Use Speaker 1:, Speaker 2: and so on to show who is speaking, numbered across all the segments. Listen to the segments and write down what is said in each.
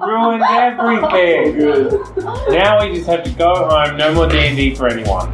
Speaker 1: Ruined everything. Now we just have to go home. No more D and D for anyone.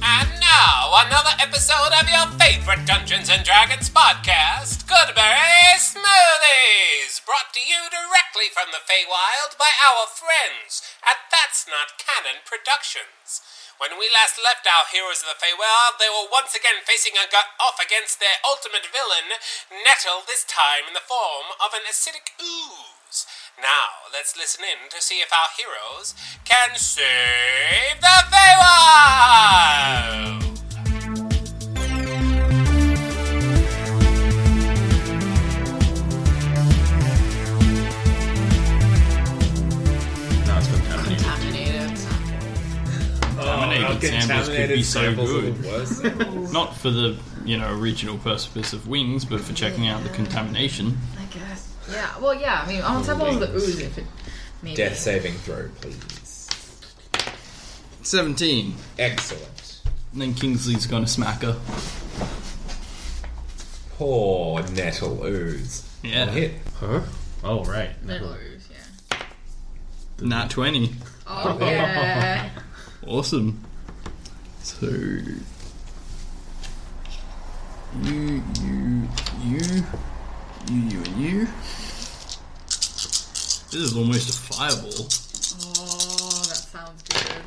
Speaker 2: And now, another episode of your favorite Dungeons and Dragons podcast, Goodberry Smoothies, brought to you directly from the Feywild by our friends at That's Not Canon Productions. When we last left our heroes of the Feywild, they were once again facing a gut off against their ultimate villain, Nettle, this time in the form of an acidic ooze. Now, let's listen in to see if our heroes can save the Feywild!
Speaker 3: No, it's contaminated.
Speaker 4: contaminated samples.
Speaker 3: Contaminated samples could be so good.
Speaker 5: worse.
Speaker 3: Not for the you know original purpose of wings, but for checking out the contamination.
Speaker 4: I guess. Yeah. Well, yeah. I mean, I'll tap all the ooze if it. Maybe.
Speaker 5: Death saving throw, please.
Speaker 3: Seventeen.
Speaker 5: Excellent.
Speaker 3: And then Kingsley's gonna smack her.
Speaker 5: Poor nettle ooze.
Speaker 3: Yeah.
Speaker 5: One hit.
Speaker 6: Oh right.
Speaker 4: Metal ooze. Yeah.
Speaker 3: Nat twenty.
Speaker 4: Oh yeah.
Speaker 3: Awesome. So you you you you you and you. This is almost a fireball.
Speaker 4: oh, that sounds good.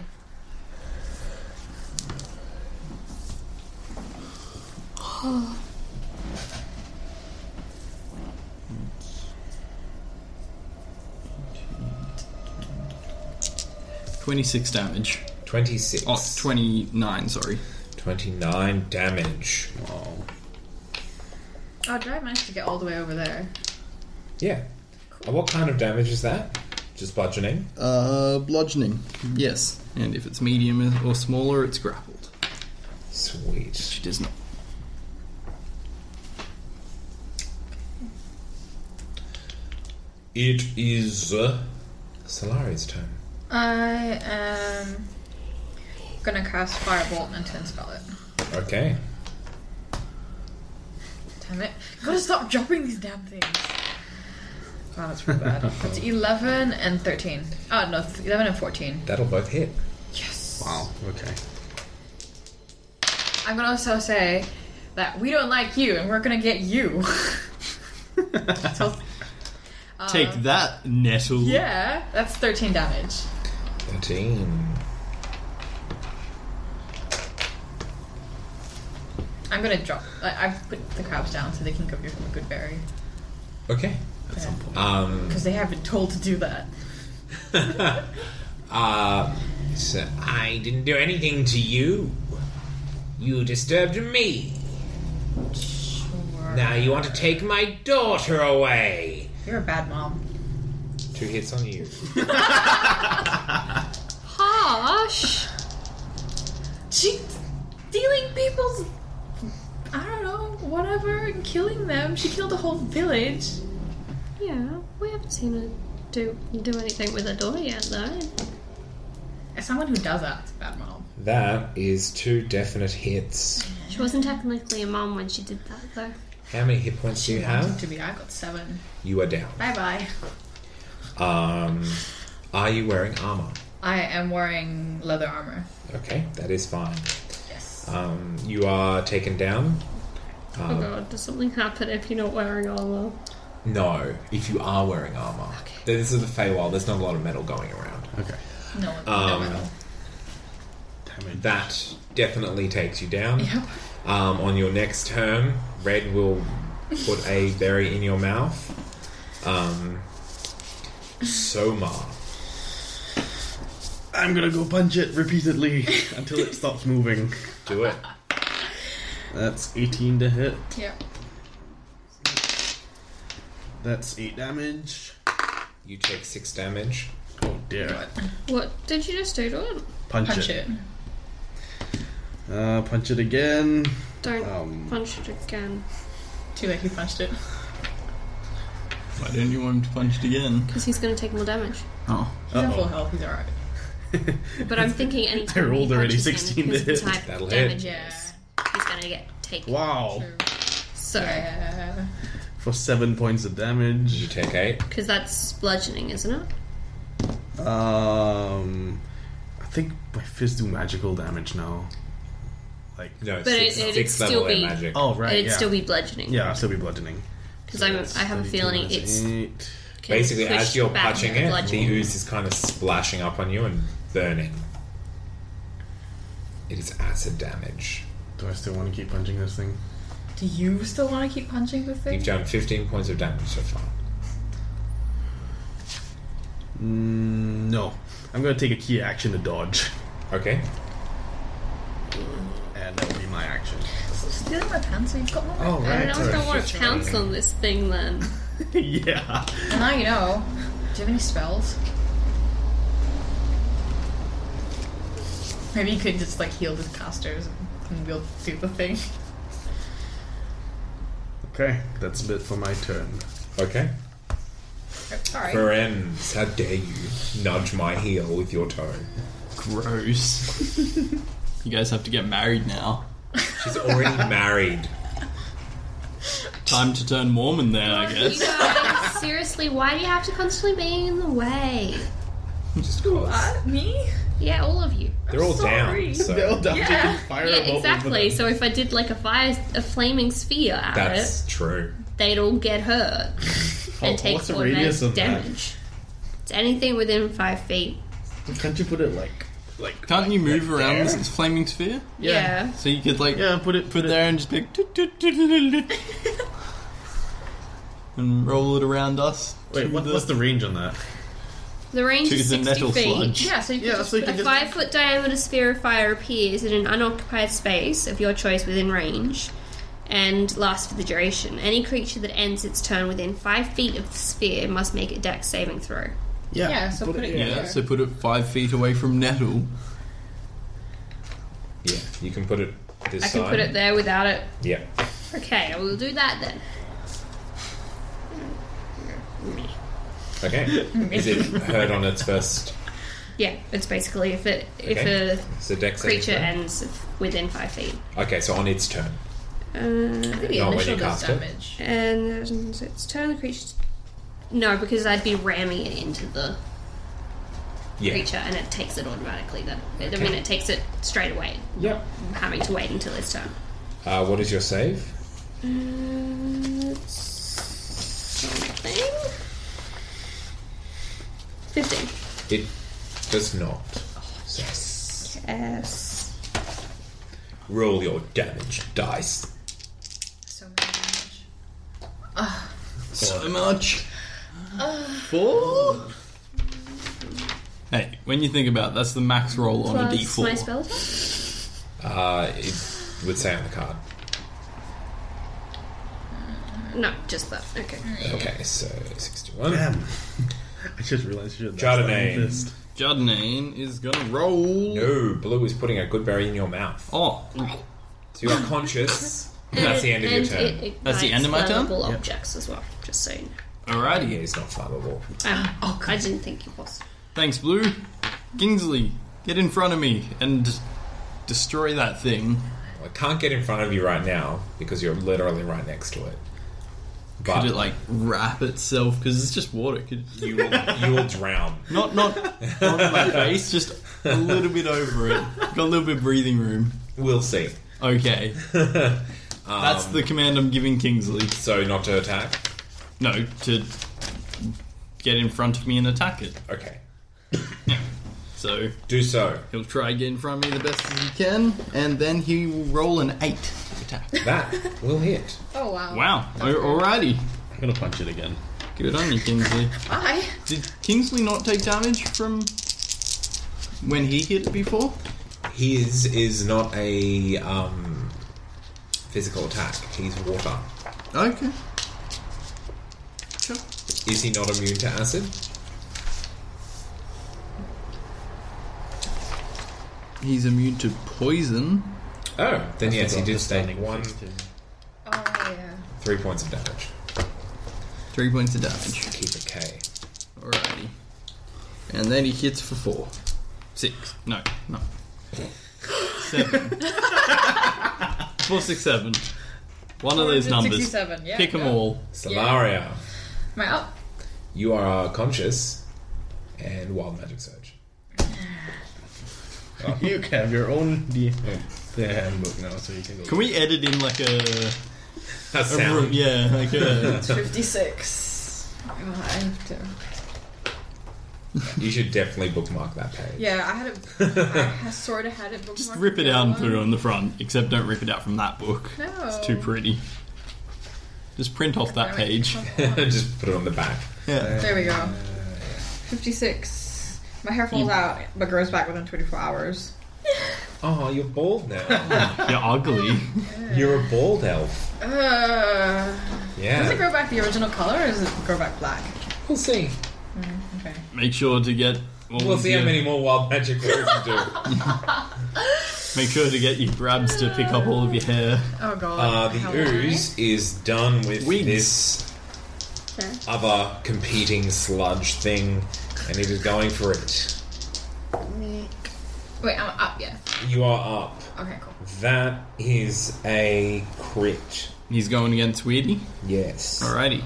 Speaker 3: Twenty-six damage.
Speaker 5: 26.
Speaker 3: Oh, 29, sorry.
Speaker 5: 29 damage.
Speaker 4: Oh, Drive managed to get all the way over there.
Speaker 5: Yeah. And what kind of damage is that? Just bludgeoning?
Speaker 3: Uh, bludgeoning. Yes. And if it's medium or smaller, it's grappled.
Speaker 5: Sweet.
Speaker 3: She does not.
Speaker 5: It is. uh, Solaria's turn.
Speaker 4: I am gonna cast Firebolt and Ten Spell it.
Speaker 5: Okay.
Speaker 4: Damn it. Gotta stop dropping these damn things. Wow, that's pretty bad. That's 11 and 13. Oh, no, th- 11 and 14.
Speaker 5: That'll both hit.
Speaker 4: Yes.
Speaker 6: Wow. Okay.
Speaker 4: I'm gonna also say that we don't like you and we're gonna get you. so,
Speaker 3: Take that, Nettle.
Speaker 4: yeah, that's 13 damage.
Speaker 5: 13.
Speaker 4: I'm gonna drop. Like, I've put the crabs down so they can go give him a good berry.
Speaker 5: Okay. Um,
Speaker 4: Because they have been told to do that.
Speaker 5: so I didn't do anything to you. You disturbed me. Now you want to take my daughter away.
Speaker 4: You're a bad mom.
Speaker 5: Two hits on you.
Speaker 4: Harsh! She. stealing people's. I don't know, whatever, and killing them. She killed a whole village.
Speaker 7: Yeah, we haven't seen her do do anything with her daughter yet, though.
Speaker 4: As someone who does that, it's a bad mom.
Speaker 5: That is two definite hits.
Speaker 7: She wasn't technically a mom when she did that, though.
Speaker 5: How many hit points do you have?
Speaker 4: To be, I got seven.
Speaker 5: You are down.
Speaker 4: Bye bye.
Speaker 5: Um, are you wearing armor?
Speaker 4: I am wearing leather armor.
Speaker 5: Okay, that is fine.
Speaker 4: Yes.
Speaker 5: Um, you are taken down.
Speaker 7: oh god, does something happen if you're not wearing armor?
Speaker 5: No, if you are wearing armor. This is the Feywild. There's not a lot of metal going around.
Speaker 6: Okay.
Speaker 4: No, no,
Speaker 5: um,
Speaker 4: no.
Speaker 6: Damage.
Speaker 5: That definitely takes you down.
Speaker 4: Yep.
Speaker 5: Um, on your next turn, Red will put a berry in your mouth. Um, Soma.
Speaker 6: I'm gonna go punch it repeatedly until it stops moving.
Speaker 5: Do it.
Speaker 6: That's 18 to hit.
Speaker 4: Yeah.
Speaker 6: That's 8 damage.
Speaker 5: You take six damage.
Speaker 6: Oh dear.
Speaker 7: What did you just do to it?
Speaker 6: Punch,
Speaker 4: Punch it.
Speaker 6: Uh, punch it again.
Speaker 7: Don't
Speaker 6: Um.
Speaker 7: punch it again.
Speaker 4: Too late, he punched it.
Speaker 3: Why don't you want him to punch it again?
Speaker 7: Because he's going to take more damage.
Speaker 3: Oh.
Speaker 4: He's at full health, he's alright.
Speaker 7: But I'm thinking any time
Speaker 6: rolled
Speaker 7: he
Speaker 6: already
Speaker 7: punches him,
Speaker 6: 16 to
Speaker 7: because of the
Speaker 6: hit.
Speaker 7: type of
Speaker 5: That'll
Speaker 7: damage
Speaker 5: hit.
Speaker 7: it is, he's going to get taken.
Speaker 6: Wow.
Speaker 7: So,
Speaker 4: Yeah.
Speaker 6: For 7 points of
Speaker 5: You
Speaker 6: damage.
Speaker 5: take eight.
Speaker 7: because that's bludgeoning, isn't it?
Speaker 6: Um. I think my fists do magical damage now. Like.
Speaker 5: No, it's
Speaker 7: But
Speaker 5: six,
Speaker 7: it- it'd
Speaker 5: six
Speaker 7: still
Speaker 5: level air
Speaker 7: be-
Speaker 5: magic.
Speaker 6: Oh, right.
Speaker 7: It'd
Speaker 6: yeah.
Speaker 7: still be bludgeoning.
Speaker 6: Yeah, I'll still be bludgeoning.
Speaker 7: Because I'm, I have a feeling it's
Speaker 6: Eight.
Speaker 7: kinda
Speaker 5: Basically,
Speaker 7: pushed
Speaker 5: as you're
Speaker 7: back
Speaker 5: punching
Speaker 7: with
Speaker 5: it, the
Speaker 7: bludgeoning.
Speaker 5: ooze is kind of splashing up on you and burning. It is acid damage.
Speaker 6: Do I still want to keep punching this thing?
Speaker 4: Do you still want to keep punching the
Speaker 5: You've
Speaker 4: thing?
Speaker 5: done 15 points of damage so far.
Speaker 6: Mm, no. I'm gonna take a key action to dodge.
Speaker 5: Okay.
Speaker 6: And that will be my action.
Speaker 4: Stop stealing my pants, so you've got my.
Speaker 6: Oh,
Speaker 7: I
Speaker 6: right.
Speaker 7: don't, want to pounce on this thing then.
Speaker 6: yeah.
Speaker 4: Now you know. Do you have any spells? Maybe you could just like heal the casters and we'll do the thing.
Speaker 6: Okay, that's a bit for my turn.
Speaker 5: Okay.
Speaker 4: Sorry.
Speaker 5: Ferenz, how dare you nudge my heel with your toe?
Speaker 3: Gross. you guys have to get married now.
Speaker 5: She's already married.
Speaker 3: Time to turn Mormon then, I guess.
Speaker 7: Seriously, why do you have to constantly be in the way?
Speaker 5: Just cause.
Speaker 4: What? Uh, Me?
Speaker 7: Yeah, all of you.
Speaker 5: They're all down.
Speaker 4: sorry.
Speaker 5: So
Speaker 4: Yeah.
Speaker 6: fire
Speaker 7: Yeah, exactly. So if I did like a fire, a flaming sphere at
Speaker 5: that's true.
Speaker 7: it, they'd all get hurt and take
Speaker 6: what's the
Speaker 7: automatic
Speaker 6: radius of that?
Speaker 7: damage. It's anything within five feet.
Speaker 6: Can't you put it like, like?
Speaker 3: Can't you move around this this flaming sphere?
Speaker 7: Yeah.
Speaker 3: So you could like
Speaker 6: Yeah, put it.
Speaker 3: put there and just be like, "Toot, toot, toot, toot, toot, toot," and roll it around us.
Speaker 6: Wait,
Speaker 3: to
Speaker 6: what, what's the range on that?
Speaker 7: The range
Speaker 3: to
Speaker 7: is
Speaker 3: the
Speaker 7: 60
Speaker 3: nettle
Speaker 7: feet.
Speaker 3: sludge?
Speaker 4: Yeah, so you could
Speaker 6: Yeah,
Speaker 4: just
Speaker 6: so you
Speaker 4: put
Speaker 6: can
Speaker 7: A
Speaker 6: just.
Speaker 7: five foot diameter sphere of fire appears in an unoccupied space of your choice within range and lasts for the duration. Any creature that ends its turn within five feet of the sphere must make a dex saving throw.
Speaker 6: yeah,
Speaker 4: yeah, so put it
Speaker 3: Yeah,
Speaker 4: in there.
Speaker 3: so put it five feet away from Nettle.
Speaker 5: Yeah, you can put it this
Speaker 7: I
Speaker 5: side.
Speaker 7: can put it there without it.
Speaker 5: Yeah.
Speaker 7: Okay, I will do that then.
Speaker 5: Okay. Is it hurt on its first?
Speaker 7: Yeah, it's basically if it if
Speaker 5: Okay.
Speaker 7: a
Speaker 5: It's a dex saving
Speaker 7: creature
Speaker 5: throw?
Speaker 7: ends within five feet.
Speaker 5: Okay, so on its turn.
Speaker 7: Uh,
Speaker 4: I think the
Speaker 5: Not when you
Speaker 4: initial
Speaker 5: cast
Speaker 4: does
Speaker 5: it.
Speaker 4: damage.
Speaker 7: and it's- it's turn the creature. No, because I'd be ramming it into the
Speaker 5: Yeah.
Speaker 7: creature and it takes it automatically then. I mean it takes it straight away,
Speaker 5: Yep.
Speaker 7: having to wait until its turn.
Speaker 5: Uh, what is your save?
Speaker 7: Uh, it's something. Fifteen.
Speaker 5: It does not. So
Speaker 7: Yes.
Speaker 5: roll your damage dice.
Speaker 4: So many damage.
Speaker 3: So much. Four. Hey, when you think about it, that's the max roll on a
Speaker 7: Plus my
Speaker 3: D4.
Speaker 7: spell attack?
Speaker 5: Uh, it would say on the card.
Speaker 7: No, just that. Okay.
Speaker 5: Okay, so 61.
Speaker 6: Damn. I just realized you're
Speaker 5: Chardonnay.
Speaker 3: Jardinane is gonna roll.
Speaker 5: No, Blue is putting a good berry in your mouth.
Speaker 3: Oh,
Speaker 5: So you are conscious. and that's the end of your
Speaker 7: And
Speaker 5: turn.
Speaker 7: it ignites
Speaker 3: That's the end of my turn?
Speaker 7: flammable objects as well, just so you know.
Speaker 5: Yeah,
Speaker 3: alrighty.
Speaker 5: it's not flammable.
Speaker 7: Um, I didn't think it was.
Speaker 3: Thanks, Blue. Kingsley, get in front of me and destroy that thing.
Speaker 5: I can't get in front of you right now because you're literally right next to it. But
Speaker 3: Could it like wrap itself? Because it's just water. Could
Speaker 5: you, will, you will drown.
Speaker 3: not not on my face, just a little bit over it. Got a little bit of breathing room.
Speaker 5: We'll see.
Speaker 3: Okay. That's the command I'm giving Kingsley.
Speaker 5: So not to attack.
Speaker 3: No, to get in front of me and attack it.
Speaker 5: Okay.
Speaker 3: So
Speaker 5: Do so.
Speaker 3: he'll try again from me the best as he can, and then he will roll an eight to attack.
Speaker 5: That will hit.
Speaker 4: Oh wow.
Speaker 3: Wow. Al- Alrighty.
Speaker 8: I'm gonna punch it again.
Speaker 3: Good on you, Kingsley.
Speaker 4: Bye.
Speaker 3: Did Kingsley not take damage from when he hit before?
Speaker 5: His is not a um, physical attack. He's water.
Speaker 3: Okay. Sure.
Speaker 5: Is he not immune to acid?
Speaker 3: He's immune to poison.
Speaker 5: Oh, then yes, he
Speaker 8: Got
Speaker 5: did
Speaker 8: the
Speaker 5: take
Speaker 8: stunning
Speaker 5: one,
Speaker 8: effect too.
Speaker 4: Oh yeah.
Speaker 5: three points of damage.
Speaker 3: Three points of damage.
Speaker 5: Keep a K.
Speaker 3: Alrighty. And then he hits for four. Six. No, no.
Speaker 8: Seven. Four, six, seven.
Speaker 3: One of those numbers.
Speaker 4: 67, yeah,
Speaker 3: Pick them
Speaker 4: yeah.
Speaker 3: all.
Speaker 5: Salaria,
Speaker 4: Am I up?
Speaker 5: you are conscious and wild magic surge.
Speaker 8: Ah. You can have your own D- the handbook now, so you can go.
Speaker 3: Can we edit in like a,
Speaker 5: That
Speaker 3: a room?
Speaker 5: sound.
Speaker 3: Yeah, like a.
Speaker 4: It's 56. Oh, I have to.
Speaker 5: You should definitely bookmark that page.
Speaker 4: Yeah, I had a. I sort of had it bookmarked.
Speaker 3: Just rip it out and put it on the front, except don't rip it out from that book.
Speaker 4: No.
Speaker 3: It's too pretty. Just print off that page.
Speaker 5: Just put it on the back.
Speaker 3: Yeah.
Speaker 4: There we go. 56. My hair falls out, but grows back within 24 hours.
Speaker 8: Ah,
Speaker 5: Oh, you're bald now.
Speaker 3: You're ugly.
Speaker 5: you're a bald elf.
Speaker 4: Uh, does it
Speaker 5: Yeah.
Speaker 4: grow back the original color, or does it grow back black?
Speaker 5: We'll see.
Speaker 4: Okay.
Speaker 3: Make sure to get. what
Speaker 5: We'll
Speaker 3: was
Speaker 5: see how
Speaker 3: your-
Speaker 5: many more wild magic rolls you do.
Speaker 3: Make sure to get your grabs to pick up all of your hair.
Speaker 4: Oh god.
Speaker 5: Uh, the
Speaker 4: How am I?
Speaker 5: ooze is done with
Speaker 3: Wigs.
Speaker 5: this
Speaker 7: Okay.
Speaker 5: other competing sludge thing, and it is going for it.
Speaker 4: Wait, I'm up, yeah.
Speaker 5: You are up.
Speaker 4: Okay, cool.
Speaker 5: That is a crit.
Speaker 3: He's going against Weedy.
Speaker 5: Yes.
Speaker 3: Alrighty.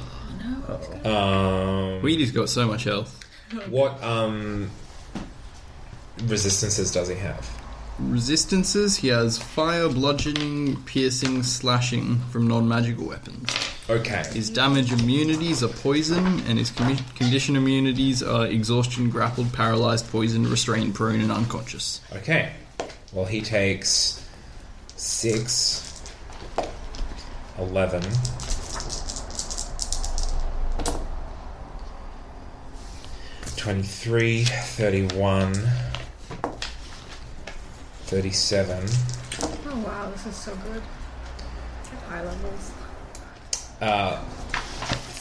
Speaker 5: Um,
Speaker 3: Weedy's got so much health.
Speaker 5: what um, resistances does he have?
Speaker 3: Resistances, he has fire, bludgeoning, piercing, slashing from non magical weapons.
Speaker 5: Okay.
Speaker 3: His damage immunities are poison, and his commi- condition immunities are exhaustion, grappled, paralyzed, poisoned, restrained, prone, and unconscious.
Speaker 5: Okay. Well, he takes six, eleven. Twenty-three, thirty-one, thirty-seven,
Speaker 4: Oh wow, this is so good. Eye levels.
Speaker 5: Uh,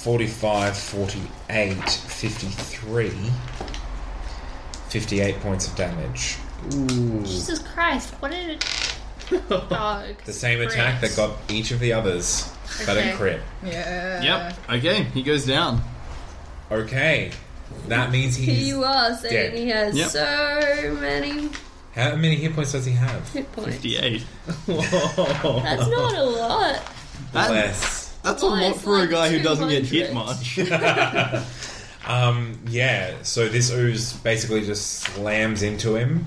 Speaker 5: forty-five, forty-eight, fifty-three, fifty-eight points of damage.
Speaker 7: Jesus Christ, what did it. Oh,
Speaker 5: The same attack that got each of the others, but a
Speaker 7: Okay.
Speaker 5: crit.
Speaker 4: Yeah.
Speaker 3: Yep. Okay, he goes down.
Speaker 5: Okay, that means he's.
Speaker 7: You are saying
Speaker 5: Dead.
Speaker 7: he has
Speaker 3: Yep.
Speaker 7: so many
Speaker 5: How many hit points does he have?
Speaker 7: hit points.
Speaker 3: 58.
Speaker 7: That's not a lot.
Speaker 3: That-
Speaker 5: Less.
Speaker 3: that's a
Speaker 7: Well,
Speaker 3: lot
Speaker 7: it's
Speaker 3: for a
Speaker 7: like
Speaker 3: guy who doesn't get
Speaker 7: 200.
Speaker 3: hit much.
Speaker 5: Yeah, so this ooze basically just slams into him,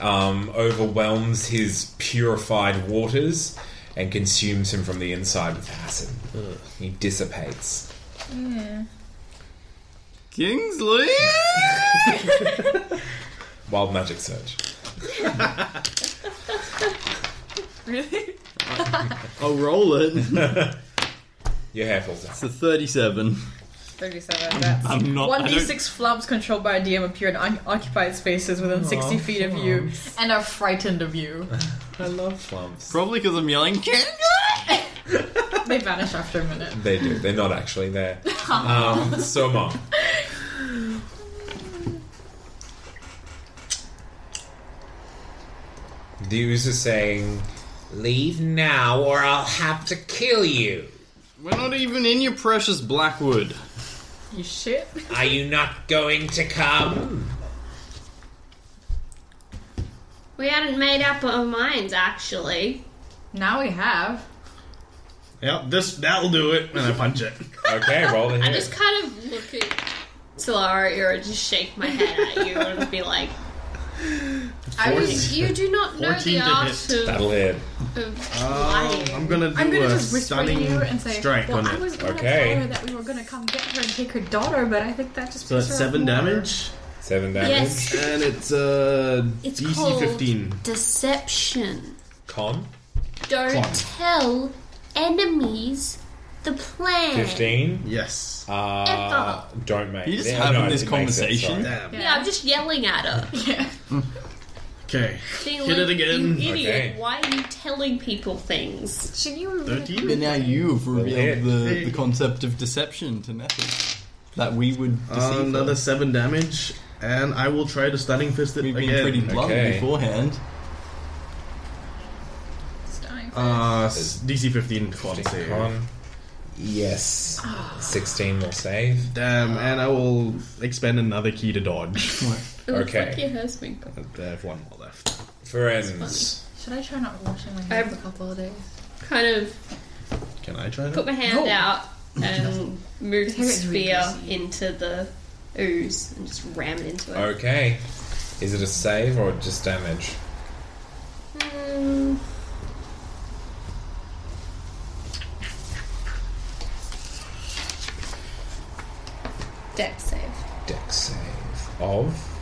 Speaker 5: um, overwhelms his purified waters, and consumes him from the inside with acid. He dissipates.
Speaker 3: Kingsley!
Speaker 5: Wild magic surge.
Speaker 4: Really?
Speaker 3: I'll roll it. It's
Speaker 5: Your hair falls out.
Speaker 3: a 37.
Speaker 4: 37. That's
Speaker 3: I'm not. I don't-
Speaker 4: 1d6 flubs controlled by a DM appear in unoccupied spaces within 60 feet of you and are frightened of you.
Speaker 5: I love flumps.
Speaker 3: Probably because I'm yelling, King!
Speaker 4: they vanish after a minute.
Speaker 5: They do. They're not actually there. Um, so, mom. The ooze is saying, "Leave now, or I'll have to kill you."
Speaker 3: We're not even in your precious Blackwood.
Speaker 4: You shit.
Speaker 5: Are you not going to come?
Speaker 7: We hadn't made up our minds, actually.
Speaker 4: Now we have.
Speaker 8: Yep, this that'll do it. And I punch it.
Speaker 5: Okay, roll the
Speaker 7: I
Speaker 5: hit.
Speaker 7: just kind of look at Solara or just shake my head at you and be like, I was, you do not know
Speaker 8: 14
Speaker 7: the
Speaker 8: to
Speaker 7: art
Speaker 8: hit.
Speaker 5: That'll
Speaker 7: of,
Speaker 5: hit.
Speaker 7: of
Speaker 8: I'm
Speaker 7: lying.
Speaker 8: gonna do
Speaker 4: I'm gonna
Speaker 8: a
Speaker 4: just whisper to
Speaker 8: stunning
Speaker 4: you and say,
Speaker 8: strike
Speaker 4: well,
Speaker 8: on
Speaker 4: I
Speaker 8: it.
Speaker 4: was gonna
Speaker 5: Okay.
Speaker 4: tell her that we were gonna come get her and take her daughter, but I think that just
Speaker 8: So
Speaker 4: puts
Speaker 8: that's
Speaker 4: her
Speaker 8: seven
Speaker 4: more-
Speaker 8: damage.
Speaker 5: Seven
Speaker 6: Oh,
Speaker 5: damage.
Speaker 7: Yes.
Speaker 6: And it's uh,
Speaker 7: It's
Speaker 6: DC
Speaker 7: called
Speaker 6: 15.
Speaker 7: deception.
Speaker 5: Con.
Speaker 7: Don't
Speaker 6: Con.
Speaker 7: tell enemies the plan.
Speaker 5: 15.
Speaker 6: Yes.
Speaker 5: Uh, don't make
Speaker 3: You're just
Speaker 5: yeah,
Speaker 3: having
Speaker 5: no,
Speaker 3: this
Speaker 5: it makes sense,
Speaker 3: conversation?
Speaker 5: sorry.
Speaker 7: Yeah. I'm just yelling at her. Yeah.
Speaker 6: Okay.
Speaker 7: Hit
Speaker 6: Hit it
Speaker 7: You
Speaker 6: again.
Speaker 7: idiot.
Speaker 5: Okay.
Speaker 7: Why are you telling people things?
Speaker 4: Should you?
Speaker 6: 13?
Speaker 3: But now you've
Speaker 5: hit.
Speaker 3: revealed the, the concept of deception to Nettie. That we would deceive
Speaker 6: Another
Speaker 3: her.
Speaker 6: 7 damage. And I will try to stunning fist it
Speaker 3: We've been
Speaker 6: again.
Speaker 3: pretty blunt
Speaker 5: Okay.
Speaker 3: beforehand.
Speaker 4: Stunning.
Speaker 6: Uh, s- DC 15 con save.
Speaker 5: Con. Yes.
Speaker 7: Ah.
Speaker 5: 16 will save.
Speaker 6: Damn, and I will expend another key to dodge.
Speaker 5: Okay.
Speaker 4: Fuck your hair sprinkle.
Speaker 6: I have one more left.
Speaker 5: Friends.
Speaker 4: Should I try not washing my hair
Speaker 7: I-
Speaker 4: for a couple of days?
Speaker 7: Kind of
Speaker 6: Can I try
Speaker 7: put
Speaker 6: that?
Speaker 7: my hand out and move the
Speaker 4: Hair is really
Speaker 7: spear
Speaker 4: greasy.
Speaker 7: into the ooze and just ram it into it.
Speaker 5: Okay. Is it a save or just damage?
Speaker 7: Mm. Deck save.
Speaker 5: Dex save. Of.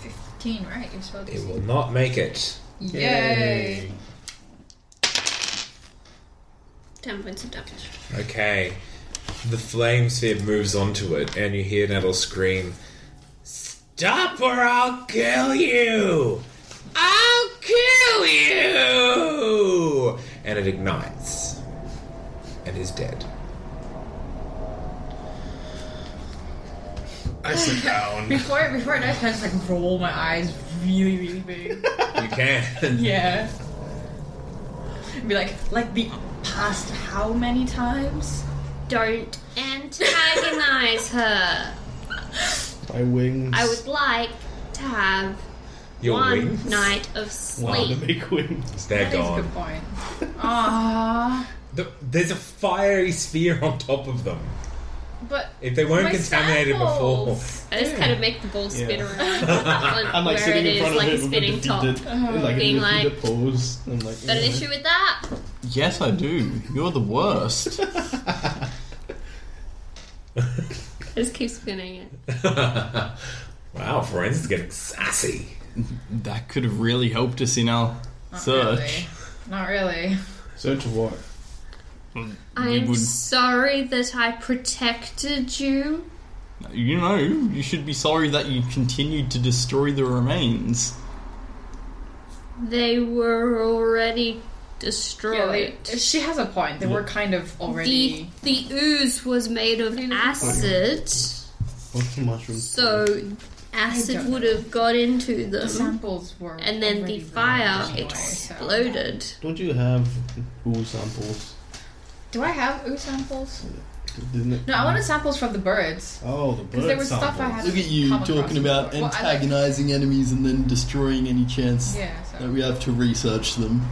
Speaker 4: Fifteen, right? You're so
Speaker 5: It will not make it.
Speaker 4: Yay!
Speaker 7: 10 points of damage.
Speaker 5: Okay. The flame sphere moves onto it, and you hear Nettle scream, Stop or I'll kill you! I'll kill you! And it ignites. And is dead.
Speaker 6: I sit down.
Speaker 4: Before before it dies, I just like roll my eyes really really big.
Speaker 5: You can.
Speaker 4: yeah. Be like like the past how many times?
Speaker 7: Don't antagonize her.
Speaker 6: my wings.
Speaker 7: I would like to have
Speaker 5: Your
Speaker 7: one
Speaker 5: wings?
Speaker 7: night of sleep.
Speaker 6: make wings.
Speaker 5: They're
Speaker 4: That's a
Speaker 5: gone.
Speaker 4: good point. Ah.
Speaker 5: Th- There's a fiery sphere on top of them.
Speaker 4: But
Speaker 5: If they weren't
Speaker 4: My
Speaker 5: contaminated
Speaker 4: samples.
Speaker 7: I just kind of make the ball spin around.
Speaker 6: I'm like
Speaker 7: where
Speaker 6: sitting
Speaker 7: it
Speaker 6: in
Speaker 7: is,
Speaker 6: front of
Speaker 7: like a
Speaker 6: him with
Speaker 7: spinning
Speaker 6: a
Speaker 7: top.
Speaker 6: defeated,
Speaker 7: Got
Speaker 4: Uh-huh.
Speaker 6: in like
Speaker 7: Being
Speaker 6: a defeated
Speaker 7: like-
Speaker 6: pose. I'm like,
Speaker 8: "Oh,
Speaker 7: an issue with that?
Speaker 3: Yes, I do. You're the worst.
Speaker 7: I just keep spinning it.
Speaker 5: before. wow, Forensics getting sassy.
Speaker 3: that could have really helped us in our search.
Speaker 4: really. Not really.
Speaker 6: Search of what?
Speaker 7: I'm
Speaker 3: would-
Speaker 7: sorry that I protected you.
Speaker 3: You know, you should be sorry that you continued to destroy the remains.
Speaker 7: They were already destroyed.
Speaker 4: She has a point. They were kind of
Speaker 7: the,
Speaker 4: already.
Speaker 7: the ooze was made of acid,
Speaker 6: What's the mushroom?
Speaker 7: so
Speaker 4: I
Speaker 7: acid
Speaker 4: don't
Speaker 7: would have got into
Speaker 4: The
Speaker 7: them,
Speaker 4: samples were.
Speaker 7: and then the
Speaker 4: already
Speaker 7: fire
Speaker 4: there anyway, so-
Speaker 7: exploded.
Speaker 6: Don't you have ooh samples?
Speaker 4: Do I have ooh samples?
Speaker 6: Didn't it?
Speaker 4: No, I wanted samples from the birds.
Speaker 6: Oh, the bird
Speaker 4: Because there was
Speaker 6: samples.
Speaker 4: stuff I had.
Speaker 3: Look at you
Speaker 4: come across
Speaker 3: talking about
Speaker 4: before. Well, I like-
Speaker 3: antagonizing enemies and then destroying any chance
Speaker 4: Yeah, so.
Speaker 3: that we have to research them.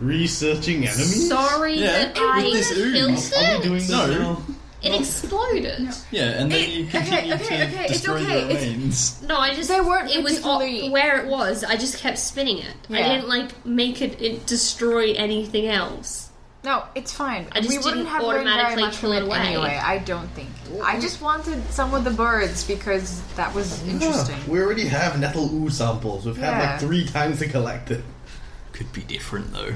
Speaker 6: Researching enemies?
Speaker 7: Sorry
Speaker 3: Yeah,
Speaker 7: that I
Speaker 3: with this ooze.
Speaker 6: Are
Speaker 7: killed
Speaker 6: we
Speaker 7: it.
Speaker 6: doing this
Speaker 3: No.
Speaker 6: now?
Speaker 7: It exploded.
Speaker 3: Yeah, and then
Speaker 4: It-
Speaker 3: you
Speaker 4: okay,
Speaker 3: continue
Speaker 4: okay,
Speaker 3: to
Speaker 4: okay, it's
Speaker 3: destroy
Speaker 4: okay,
Speaker 3: the
Speaker 4: it's-
Speaker 3: remains.
Speaker 7: No, I just
Speaker 4: They weren't
Speaker 7: It was all,
Speaker 4: particularly-
Speaker 7: where it was. I just kept spinning it. I
Speaker 4: Yeah.
Speaker 7: didn't like make it, it destroy anything else.
Speaker 4: No, it's fine.
Speaker 7: I just
Speaker 4: we wouldn't
Speaker 7: didn't
Speaker 4: have learned very
Speaker 7: automatically
Speaker 4: much
Speaker 7: kill
Speaker 4: from
Speaker 7: it
Speaker 4: it
Speaker 7: away.
Speaker 4: anyway. I don't think. I just wanted some of the birds because that was interesting.
Speaker 6: we already have nettle ooh samples. We've had
Speaker 4: Yeah.
Speaker 6: like three times to collect it.
Speaker 3: Could be different though.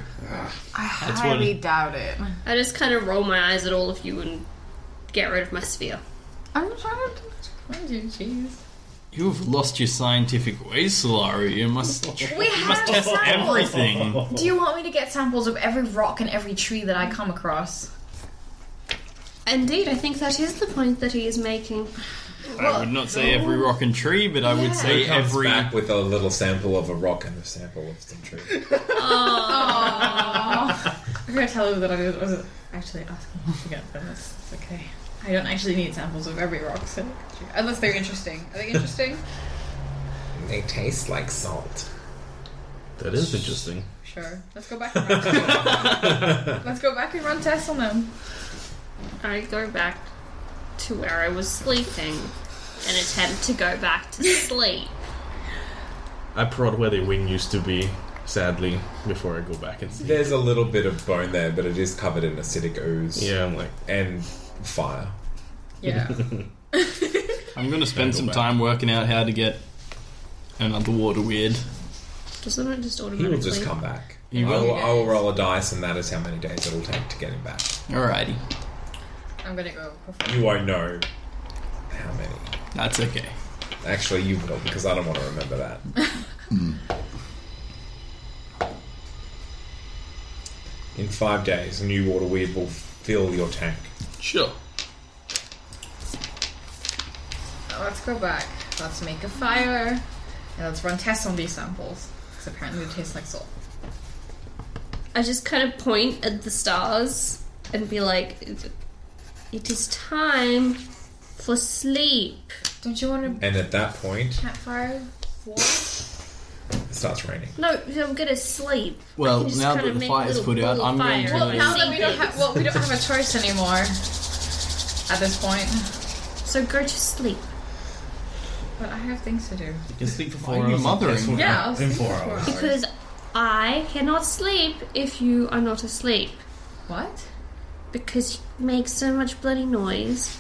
Speaker 4: I
Speaker 3: That's
Speaker 4: highly doubt it.
Speaker 7: I just kind of roll my eyes at all of you and get rid of my sphere.
Speaker 4: I'm not trying to. Jeez.
Speaker 3: You've lost your scientific ways, Solari. You must
Speaker 4: We have
Speaker 3: test everything.
Speaker 4: Do you want me to get samples of every rock and every tree that I come across?
Speaker 7: Indeed, I think that is the point that he is making.
Speaker 3: I would not say every rock and tree, but I would say
Speaker 5: He comes
Speaker 3: every
Speaker 5: back with a little sample of a rock and a sample of some tree.
Speaker 4: I'm gonna tell her that I wasn't actually asking you to get them. It's, it's okay. I don't actually need samples of every rock, so unless they're interesting. Are they interesting?
Speaker 5: They taste like salt.
Speaker 6: That is interesting.
Speaker 4: sure. Let's go back. And run Let's go back and run tests on them.
Speaker 7: I go back to where I was sleeping and attempt to go back to sleep.
Speaker 6: I prod where the wing used to be, sadly, before I go back and see.
Speaker 5: There's a little bit of bone there, but it is covered in acidic ooze
Speaker 6: Yeah, I'm like,
Speaker 5: and fire.
Speaker 4: Yeah.
Speaker 3: I'm going to spend some time working out how to get an underwater weird.
Speaker 7: Doesn't it just automatically?
Speaker 5: He will just come back.
Speaker 3: He
Speaker 5: I,
Speaker 3: will.
Speaker 5: will, I will roll a dice, and that is how many days it'll take to get him back.
Speaker 3: Alrighty,
Speaker 4: I'm gonna go.
Speaker 5: You won't know how many.
Speaker 3: that's okay.
Speaker 5: Actually, you will, because I don't want to remember that. Hmm. In five days, a new water weird will fill your tank.
Speaker 3: Sure.
Speaker 4: Let's go back. Let's make a fire. And let's run tests on these samples. Because apparently they taste like salt.
Speaker 7: I just kind of point at the stars and be like, "It is time for sleep."
Speaker 4: Don't you want to
Speaker 5: And at that point,
Speaker 4: campfire?
Speaker 5: it starts raining.
Speaker 7: No, I'm gonna sleep.
Speaker 3: Well,
Speaker 7: I can just
Speaker 3: now
Speaker 7: kind
Speaker 3: that
Speaker 7: of
Speaker 3: the
Speaker 7: make
Speaker 3: fire's
Speaker 7: little
Speaker 3: put out,
Speaker 7: ball of
Speaker 3: I'm going
Speaker 7: fire
Speaker 3: to-
Speaker 7: and
Speaker 4: Well,
Speaker 7: I
Speaker 4: now
Speaker 7: see
Speaker 4: that we don't
Speaker 7: things.
Speaker 4: have well, we don't have a choice anymore. At this point,
Speaker 7: so go to sleep.
Speaker 4: but I have things to do.
Speaker 3: You can sleep for four hours. Mothering.
Speaker 4: Yeah, I was
Speaker 8: in
Speaker 4: thinking
Speaker 8: four
Speaker 4: four
Speaker 8: hours.
Speaker 7: Because I cannot sleep if you are not asleep.
Speaker 4: What?
Speaker 7: Because you make so much bloody noise.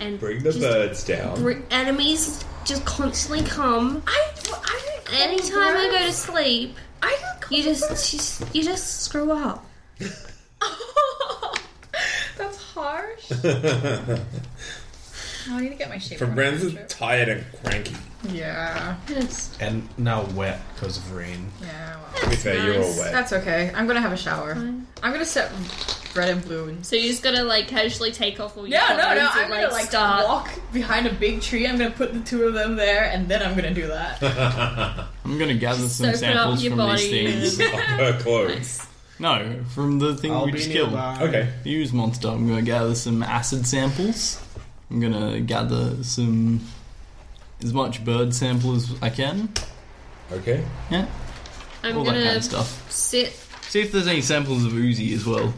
Speaker 7: and
Speaker 5: Bring the
Speaker 7: just
Speaker 5: birds down.
Speaker 7: br- enemies just constantly come.
Speaker 4: I I didn't. call
Speaker 7: Anytime I
Speaker 4: birds.
Speaker 7: go to sleep,
Speaker 4: I didn't. Call
Speaker 7: you
Speaker 4: birds.
Speaker 7: just, just you just screw up.
Speaker 4: That's harsh. Oh, I need to get my shape.
Speaker 5: From
Speaker 4: right.
Speaker 5: Bren's tired and cranky.
Speaker 4: Yeah.
Speaker 7: It's-
Speaker 8: And now wet because of rain.
Speaker 4: Yeah. Well.
Speaker 5: To be fair, you're all wet.
Speaker 4: That's okay. I'm gonna have a shower. I'm gonna set red and blue. And...
Speaker 7: So you just gotta like casually take off all your
Speaker 4: Yeah,
Speaker 7: clothes
Speaker 4: no, no.
Speaker 7: and,
Speaker 4: I'm gonna like
Speaker 7: start.
Speaker 4: walk behind a big tree. I'm gonna put the two of them there, and then I'm gonna do that.
Speaker 3: I'm going to gather some
Speaker 7: Soak it up
Speaker 3: samples
Speaker 7: your
Speaker 3: from
Speaker 7: body.
Speaker 3: these things.
Speaker 5: Her clothes.
Speaker 3: no, from the thing we just killed.
Speaker 5: Okay.
Speaker 3: The ooze monster. I'm going to gather some acid samples. I'm going to gather some as much bird sample as I can.
Speaker 5: Okay.
Speaker 3: Yeah,
Speaker 7: I'm
Speaker 3: all that
Speaker 7: gonna
Speaker 3: kind of stuff.
Speaker 7: sit.
Speaker 3: See if there's any samples of Uzi as well,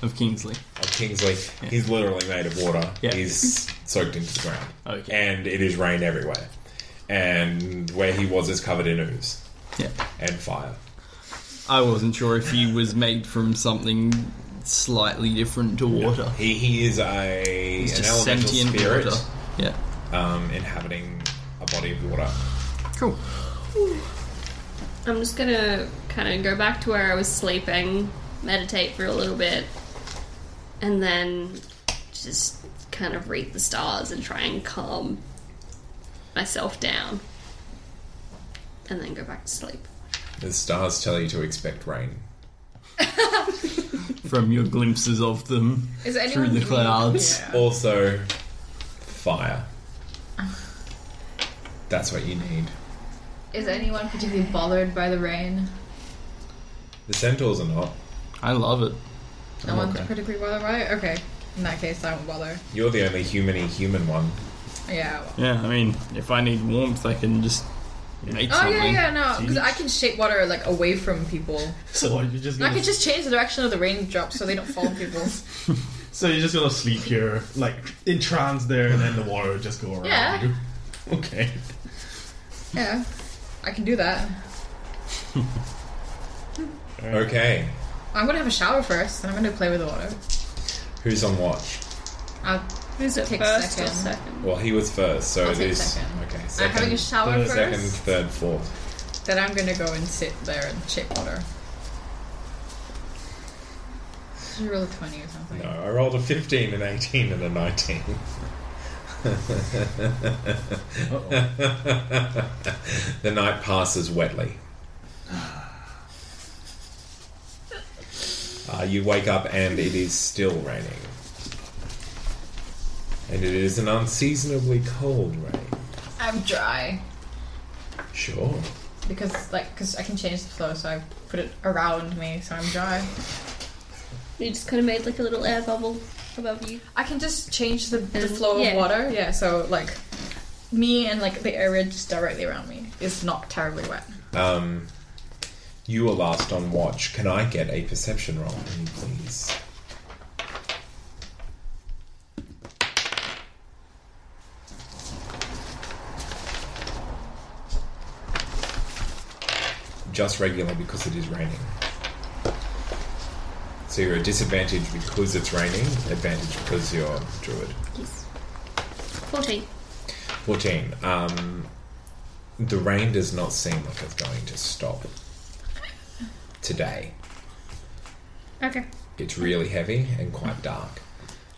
Speaker 3: of Kingsley.
Speaker 5: Of Kingsley, he's literally made of water.
Speaker 3: Yeah.
Speaker 5: He's soaked into the ground.
Speaker 3: Okay.
Speaker 5: And it is rain everywhere. And where he was is covered in ooze
Speaker 3: Yeah,
Speaker 5: and fire.
Speaker 3: I wasn't sure if he was made from something slightly different to water.
Speaker 5: He, he is a
Speaker 3: He's
Speaker 5: an
Speaker 3: just
Speaker 5: elemental
Speaker 3: sentient
Speaker 5: spirit
Speaker 3: water. Yeah,
Speaker 5: Um, inhabiting a body of water.
Speaker 3: cool.
Speaker 7: I'm just gonna kind of go back to where I was sleeping, meditate for a little bit, and then just kind of read the stars and try and calm myself down, and then go back to sleep.
Speaker 5: The stars tell you to expect rain.
Speaker 3: From your glimpses of them
Speaker 4: Is
Speaker 3: through
Speaker 4: anyone
Speaker 3: the clouds.
Speaker 4: Yeah.
Speaker 5: Also, fire. That's what you need.
Speaker 4: Is anyone particularly bothered by the rain?
Speaker 5: The centaurs are not.
Speaker 3: I love it.
Speaker 4: No one's particularly bothered by it. Okay. In that case, I won't bother.
Speaker 5: You're the only humany human one.
Speaker 4: Yeah. Well.
Speaker 3: Yeah, I mean, if I need warmth, I can just make
Speaker 4: Oh
Speaker 3: something.
Speaker 4: yeah, yeah, no, because I can shape water like away from people.
Speaker 8: So you're just
Speaker 4: I
Speaker 8: gonna,
Speaker 4: can just change the direction of the raindrops so they don't fall on people.
Speaker 8: so you're just gonna sleep here, like in trance there, and then the water will just go around
Speaker 4: Yeah.
Speaker 8: you. Okay.
Speaker 4: Yeah, I can do that.
Speaker 5: Okay.
Speaker 4: I'm gonna have a shower first, and I'm gonna play with the water.
Speaker 5: Who's on watch?
Speaker 4: I'll
Speaker 7: Who's it
Speaker 4: Take
Speaker 7: first
Speaker 4: second.
Speaker 7: or second?
Speaker 5: Well, he was first, so
Speaker 4: I'll
Speaker 5: it
Speaker 4: take
Speaker 5: is.
Speaker 4: second.
Speaker 5: Okay,
Speaker 4: I'm having a shower
Speaker 8: third,
Speaker 4: first.
Speaker 5: second, third, fourth.
Speaker 4: Then I'm gonna go and sit there and shape water. Should roll a twenty or something.
Speaker 5: No, I rolled a 15, an 18, and a 19. the night passes wetly. Uh, you wake up and it is still raining. And it is an unseasonably cold rain.
Speaker 4: I'm dry
Speaker 5: Sure.
Speaker 4: because like because I can change the flow, so I put it around me, so I'm dry.
Speaker 7: You just kind of made like a little air bubble above you.
Speaker 4: I can just change the, the
Speaker 7: Mm,
Speaker 4: flow
Speaker 7: yeah.
Speaker 4: of water. Yeah, so like me and like the area just directly around me is not terribly wet.
Speaker 5: Um, you are last on watch. Can I get a perception roll, please? Just regular because it is raining. So you're at disadvantage because it's raining, advantage because you're druid.
Speaker 7: Yes. Fourteen.
Speaker 5: Fourteen. Um, the rain does not seem like it's going to stop today.
Speaker 7: Okay.
Speaker 5: It's really heavy and quite dark.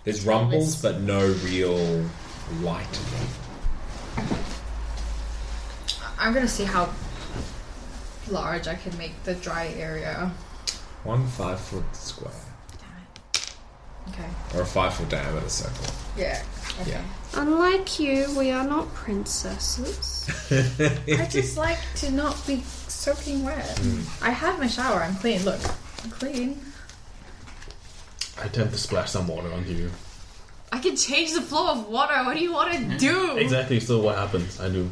Speaker 5: There's rumbles, but no real light.
Speaker 4: I'm gonna see how large I can make the dry area.
Speaker 5: One five foot square
Speaker 4: Okay.
Speaker 5: or a five foot diameter circle.
Speaker 4: Yeah. Okay.
Speaker 5: Yeah.
Speaker 7: Unlike you, we are not princesses.
Speaker 4: I just like to not be soaking wet. I had my shower. I'm clean. Look, I'm clean.
Speaker 6: I attempt to splash some water onto you.
Speaker 4: I can change the flow of water. What do you want to do?
Speaker 6: Exactly. So what happens? I do.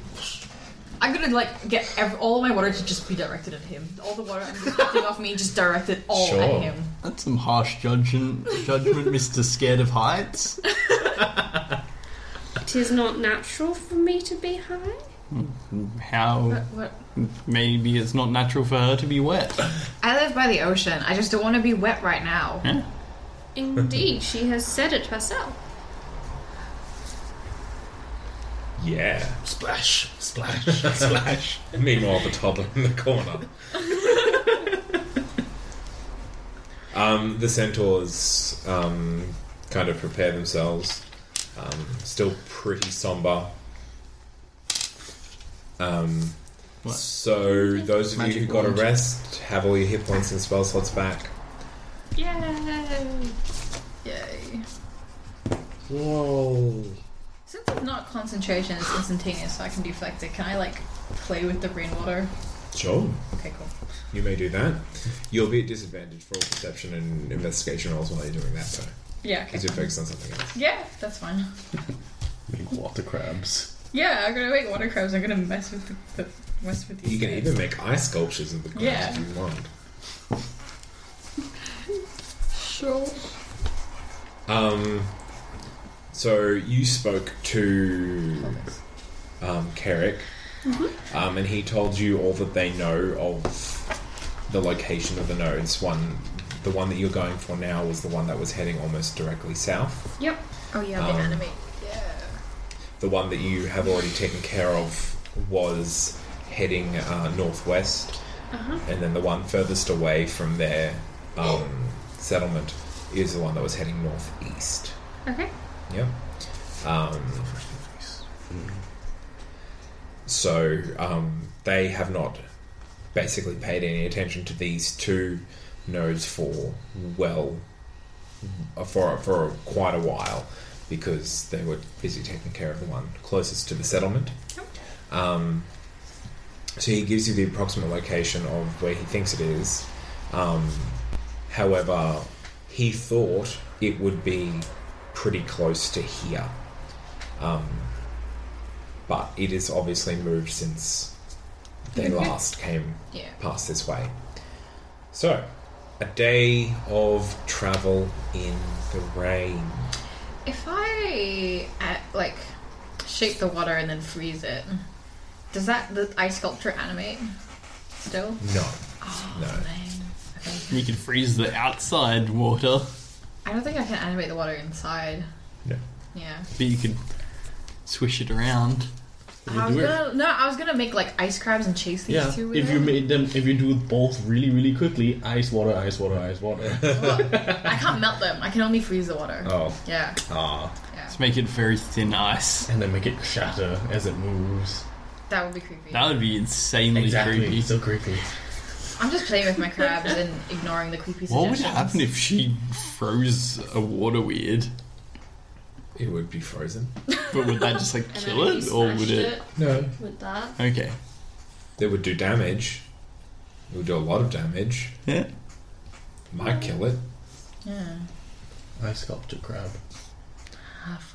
Speaker 4: I'm gonna like get ev- all of my water to just be directed at him. All the water I'm getting off me, just direct it all
Speaker 3: Sure.
Speaker 4: at him.
Speaker 3: That's some harsh judgment, judgment Mr. Scared of Heights.
Speaker 7: it is not natural for me to be high.
Speaker 3: How?
Speaker 4: What?
Speaker 3: Maybe it's not natural for her to be wet.
Speaker 4: I live by the ocean. I just don't want to be wet right now.
Speaker 7: Indeed, she has said it herself.
Speaker 5: Yeah.
Speaker 6: Splash, splash, splash.
Speaker 5: Meanwhile, the toddler in the corner. um, the centaurs um, kind of prepare themselves. Um, still pretty somber. Um, so those of you who got a rest, have all your hit points and spell slots back.
Speaker 7: Yay!
Speaker 4: Yay.
Speaker 5: Whoa!
Speaker 4: Since it's not concentration, it's instantaneous, so I can deflect it. Can I like play with the rainwater?
Speaker 5: Sure,
Speaker 4: Okay, cool.
Speaker 5: you may do that. You'll be at disadvantage for all perception and investigation rolls while you're doing that, though,
Speaker 4: Yeah. Okay.
Speaker 5: because you're focused on something else.
Speaker 4: Yeah, that's fine.
Speaker 6: Big water crabs.
Speaker 4: Yeah, I'm gonna make water crabs. I'm gonna mess with the, the mess with these.
Speaker 5: You can
Speaker 4: things.
Speaker 5: even make ice sculptures of the ground
Speaker 4: Yeah.
Speaker 5: if you want.
Speaker 4: Sure.
Speaker 5: Um, so you spoke to um, Carrick,
Speaker 4: Mm-hmm.
Speaker 5: um, and he told you all that they know of the location of the nodes. One, the one that you're going for now was the one that was heading almost directly south.
Speaker 7: Yep.
Speaker 4: Oh yeah,
Speaker 5: Um,
Speaker 4: the animate. Yeah.
Speaker 5: The one that you have already taken care of was heading uh, northwest, and then the one furthest away from their um, settlement is the one that was heading northeast.
Speaker 7: Okay.
Speaker 5: Yeah. Um, so um, they have not basically paid any attention to these two nodes for well uh, for for quite a while because they were busy taking care of the one closest to the settlement. Um, so he gives you the approximate location of where he thinks it is. Um, however, he thought it would be pretty close to here. Um, but it has obviously moved since they last came
Speaker 4: Yeah.
Speaker 5: past this way. So, a day of travel in the rain.
Speaker 4: If I uh, like shake the water and then freeze it, does that the ice sculpture animate? Still.
Speaker 5: No.
Speaker 4: Oh,
Speaker 5: No.
Speaker 4: man. Okay.
Speaker 3: You can freeze the outside water,
Speaker 4: I don't think I can animate the water inside.
Speaker 5: No.
Speaker 4: Yeah.
Speaker 3: but you can swish it around.
Speaker 4: I was gonna no, I was gonna make like ice crabs and chase these
Speaker 6: Yeah.
Speaker 4: two. With
Speaker 6: If
Speaker 4: it.
Speaker 6: you made them, if you do both really, really quickly, ice water, ice water, ice water.
Speaker 4: I can't melt them. I can only freeze the water.
Speaker 6: oh.
Speaker 4: Yeah.
Speaker 6: Ah.
Speaker 3: Just make it very thin ice.
Speaker 6: And then make it shatter as it moves.
Speaker 4: That would be creepy.
Speaker 3: That would be insanely
Speaker 6: Exactly.
Speaker 3: creepy.
Speaker 6: So creepy.
Speaker 4: I'm just playing with my crabs and ignoring the creepy
Speaker 3: What would
Speaker 4: suggestions.
Speaker 3: happen if she froze a water weird?
Speaker 5: It would be frozen.
Speaker 3: But would that just like
Speaker 7: And
Speaker 3: kill
Speaker 7: then you
Speaker 3: it, or would
Speaker 7: smashed
Speaker 3: it?
Speaker 5: No.
Speaker 7: With that.
Speaker 3: Okay.
Speaker 5: It would do damage. It would do a lot of damage.
Speaker 3: Yeah.
Speaker 5: Might kill it.
Speaker 4: Yeah.
Speaker 6: Ice sculpture crab.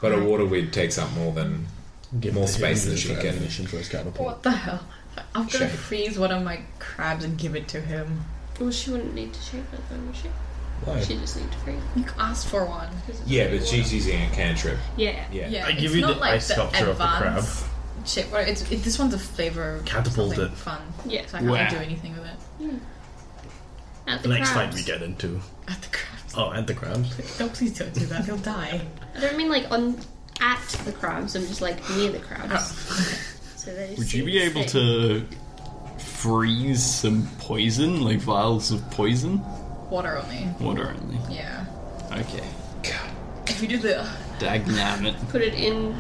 Speaker 5: But a water weed takes up more than.
Speaker 6: Give
Speaker 5: More
Speaker 6: the
Speaker 5: space than she
Speaker 6: hidden
Speaker 5: can-
Speaker 6: definition for his catapult.
Speaker 4: What the hell? I'm gonna
Speaker 5: Shame.
Speaker 4: freeze one of my crabs and give it to him.
Speaker 7: Well, she wouldn't need to shape it though, would she?
Speaker 6: Why?
Speaker 7: She just need to freeze.
Speaker 4: You asked for one.
Speaker 5: Yeah, but she's using a cantrip.
Speaker 7: Yeah.
Speaker 5: Yeah.
Speaker 4: Yeah,
Speaker 6: I give
Speaker 4: it's
Speaker 6: you
Speaker 4: not
Speaker 6: the
Speaker 4: like
Speaker 6: ice sculpture of the crab.
Speaker 4: advanced Shit, well, it's, it, this one's a flavor.
Speaker 6: Catapult
Speaker 4: something
Speaker 6: it.
Speaker 4: Fun.
Speaker 7: Yeah.
Speaker 4: So I can't
Speaker 3: Wow.
Speaker 4: really do anything with it.
Speaker 7: At
Speaker 6: The
Speaker 7: the
Speaker 6: next fight
Speaker 7: crabs.
Speaker 6: we get into.
Speaker 4: At the crabs.
Speaker 6: Oh, and the crabs.
Speaker 4: No, please don't do that. He'll die.
Speaker 7: I don't mean like on at the crabs. I'm just like near the crabs. so they just
Speaker 3: Would
Speaker 7: see
Speaker 3: you be
Speaker 7: this
Speaker 3: able
Speaker 7: thing.
Speaker 3: to freeze some poison, like vials of poison?
Speaker 4: Water only.
Speaker 3: Water only.
Speaker 4: Yeah.
Speaker 3: Okay.
Speaker 4: If you do the
Speaker 3: Dagnam it.
Speaker 7: put it in?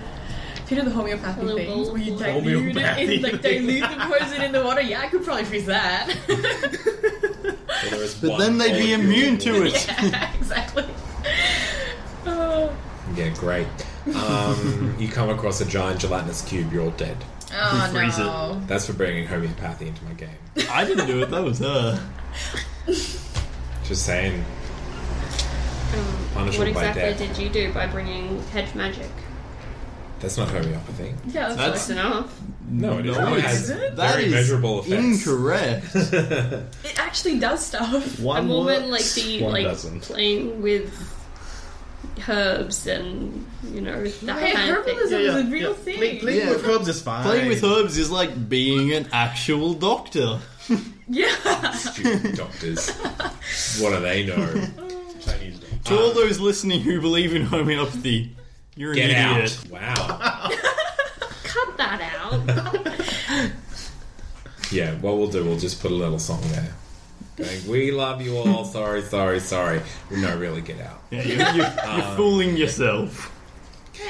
Speaker 4: if you do the homeopathy
Speaker 7: Hello,
Speaker 4: things where you dilute it
Speaker 3: Homeopathy.
Speaker 4: in, like dilute the poison in the water, yeah, I could probably freeze that.
Speaker 3: But then they'd
Speaker 6: Oh,
Speaker 3: be immune to it.
Speaker 4: yeah, exactly. Oh.
Speaker 5: Yeah, great. Um, you come across a giant gelatinous cube, you're all dead.
Speaker 4: Oh, We freeze it. no.
Speaker 5: That's for bringing homeopathy into my game.
Speaker 3: I didn't do it, that was her.
Speaker 5: Just saying.
Speaker 7: Um,
Speaker 5: Punishable
Speaker 7: what
Speaker 5: by
Speaker 7: exactly
Speaker 5: death.
Speaker 7: did you do by bringing hedge magic?
Speaker 5: That's not homeopathy.
Speaker 7: Yeah, that's,
Speaker 5: That's-
Speaker 7: close enough.
Speaker 5: No, it
Speaker 3: No,
Speaker 5: isn't. It
Speaker 3: it's-
Speaker 5: has
Speaker 3: that
Speaker 5: very
Speaker 3: is
Speaker 5: measurable effects. Incorrect.
Speaker 4: It actually does stuff.
Speaker 7: I'm more meant, like the like playing with herbs and you know that
Speaker 4: Hey,
Speaker 7: kind of
Speaker 4: herbalism
Speaker 7: thing.
Speaker 4: is a real thing.
Speaker 3: Yeah. Playing with herbs is like being an actual doctor.
Speaker 5: Stupid doctors. What do they know? Ah,
Speaker 3: Chinese To all those listening who believe in homeopathy, you're an
Speaker 5: Get
Speaker 3: idiot.
Speaker 5: out. Wow.
Speaker 7: Cut that out.
Speaker 5: Yeah, what we'll do, we'll just put a little song there. Going, we love you all, sorry, sorry, sorry. No, really, get out.
Speaker 3: Yeah, you're, you're, you're
Speaker 5: Um,
Speaker 3: fooling yourself.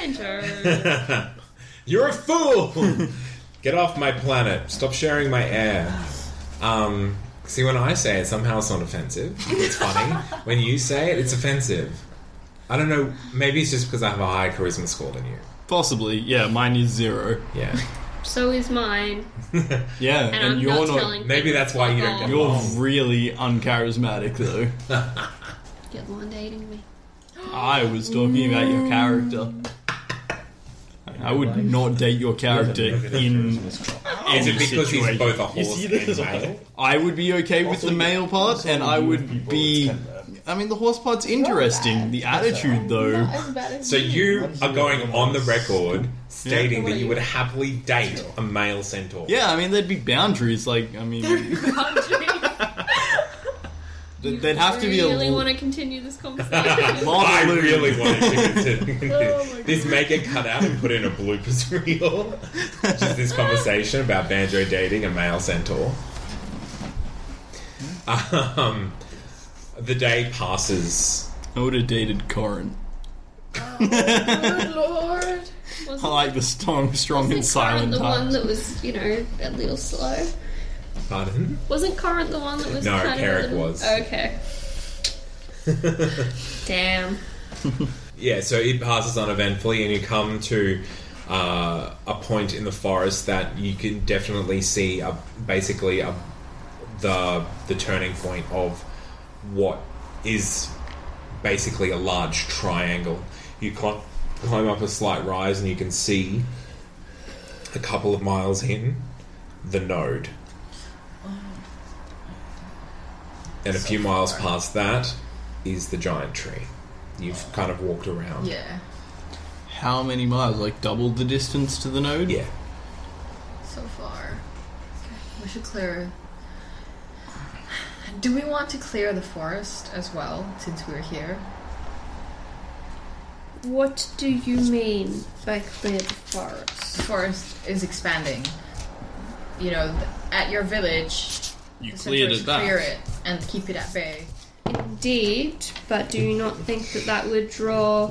Speaker 7: Enter.
Speaker 5: You're a fool! Get off my planet. Stop sharing my air. Um, see, when I say it, somehow it's not offensive. It's funny. when you say it, it's offensive. I don't know. Maybe it's just because I have a higher charisma score than you.
Speaker 3: Possibly, yeah. Mine is zero.
Speaker 5: Yeah.
Speaker 7: so is mine.
Speaker 3: Yeah,
Speaker 7: And
Speaker 3: and,
Speaker 7: I'm
Speaker 3: you're
Speaker 7: not
Speaker 3: not.
Speaker 7: telling Maybe people that's why you don't get
Speaker 3: You're
Speaker 7: along.
Speaker 3: really uncharismatic, though.
Speaker 7: Get one dating me.
Speaker 3: I was talking about your character. I would not date your character in.
Speaker 5: Is
Speaker 3: any
Speaker 5: it because he's
Speaker 3: situation.
Speaker 5: both a horse and male?
Speaker 3: I would be okay with the male part, and I would be. I mean, the horse part's interesting. The attitude, though.
Speaker 5: So you are going on the record stating that you would happily date a male centaur.
Speaker 3: Yeah, I mean, there'd be boundaries. Like, I mean, th- there'd have to be a.
Speaker 7: really
Speaker 3: l-
Speaker 7: want to continue this conversation.
Speaker 5: I
Speaker 3: Model
Speaker 5: really
Speaker 3: loop.
Speaker 5: wanted to continue.
Speaker 7: Oh my
Speaker 5: this may get cut out and put in a bloopers reel. Just this conversation about banjo dating a male centaur. Um, the day passes.
Speaker 3: I would have dated Corin.
Speaker 7: Good lord. Wasn't,
Speaker 3: I like the strong, strong and
Speaker 7: Current
Speaker 3: silent
Speaker 7: the one
Speaker 3: type.
Speaker 7: that was, you know, a little slow.
Speaker 5: Pardon?
Speaker 7: Wasn't Current the one that was
Speaker 5: No,
Speaker 7: kind
Speaker 5: Carrick
Speaker 7: of a little...
Speaker 5: was.
Speaker 7: Okay. Damn.
Speaker 5: Yeah, so it passes uneventfully, and you come to uh, a point in the forest that you can definitely see a, basically a, the the turning point of what is basically a large triangle. You cl- climb up a slight rise, and you can see a couple of miles in the node. And a few miles past that is the giant tree. You've kind of walked around.
Speaker 4: Yeah.
Speaker 3: How many miles? Like double the distance to the node?
Speaker 5: Yeah.
Speaker 4: So far. Okay, we should clear. Do we want to clear the forest as well, since we're here?
Speaker 7: What do you mean by clear the forest?
Speaker 4: The forest is expanding. You know, th- at your village, you
Speaker 3: cleared it back.
Speaker 4: Clear it and keep it at bay.
Speaker 7: Indeed, but do you not think that that would draw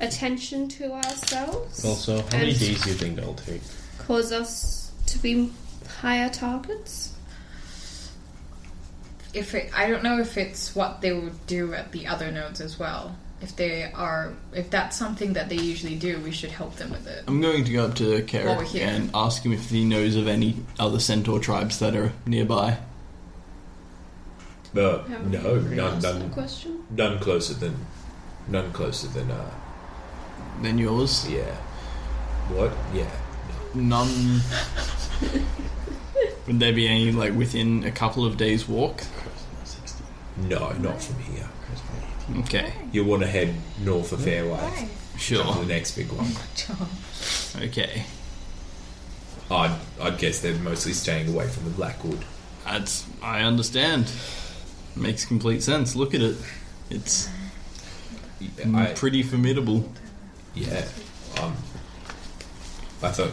Speaker 7: attention to ourselves?
Speaker 6: Also, how many
Speaker 7: And-
Speaker 6: days do you think that'll take?
Speaker 7: Cause us to be higher targets?
Speaker 4: If it, I don't know if it's what they would do at the other nodes as well. If they are, if that's something that they usually do, we should help them with it.
Speaker 3: I'm going to go up to
Speaker 4: While we're
Speaker 3: Carrick
Speaker 4: here.
Speaker 3: and ask him if he knows of any other centaur tribes that are nearby.
Speaker 5: Uh,
Speaker 7: Haven't
Speaker 5: no,
Speaker 7: we
Speaker 5: none,
Speaker 7: asked that
Speaker 5: none,
Speaker 7: question?
Speaker 5: none closer than, none closer than. Uh,
Speaker 3: than yours.
Speaker 5: Yeah. What? Yeah.
Speaker 3: None. Would there be any like within a couple of days' walk?
Speaker 5: No, not from here.
Speaker 3: Okay,
Speaker 5: You want to head north of Fairway?
Speaker 3: Sure.
Speaker 5: To the next big one.
Speaker 3: okay.
Speaker 5: I'd, I'd guess they're mostly staying away from the Blackwood.
Speaker 3: That's I understand. Makes complete sense. Look at it. It's
Speaker 5: I-
Speaker 9: Mm,
Speaker 3: pretty formidable.
Speaker 5: Yeah. Um, I thought,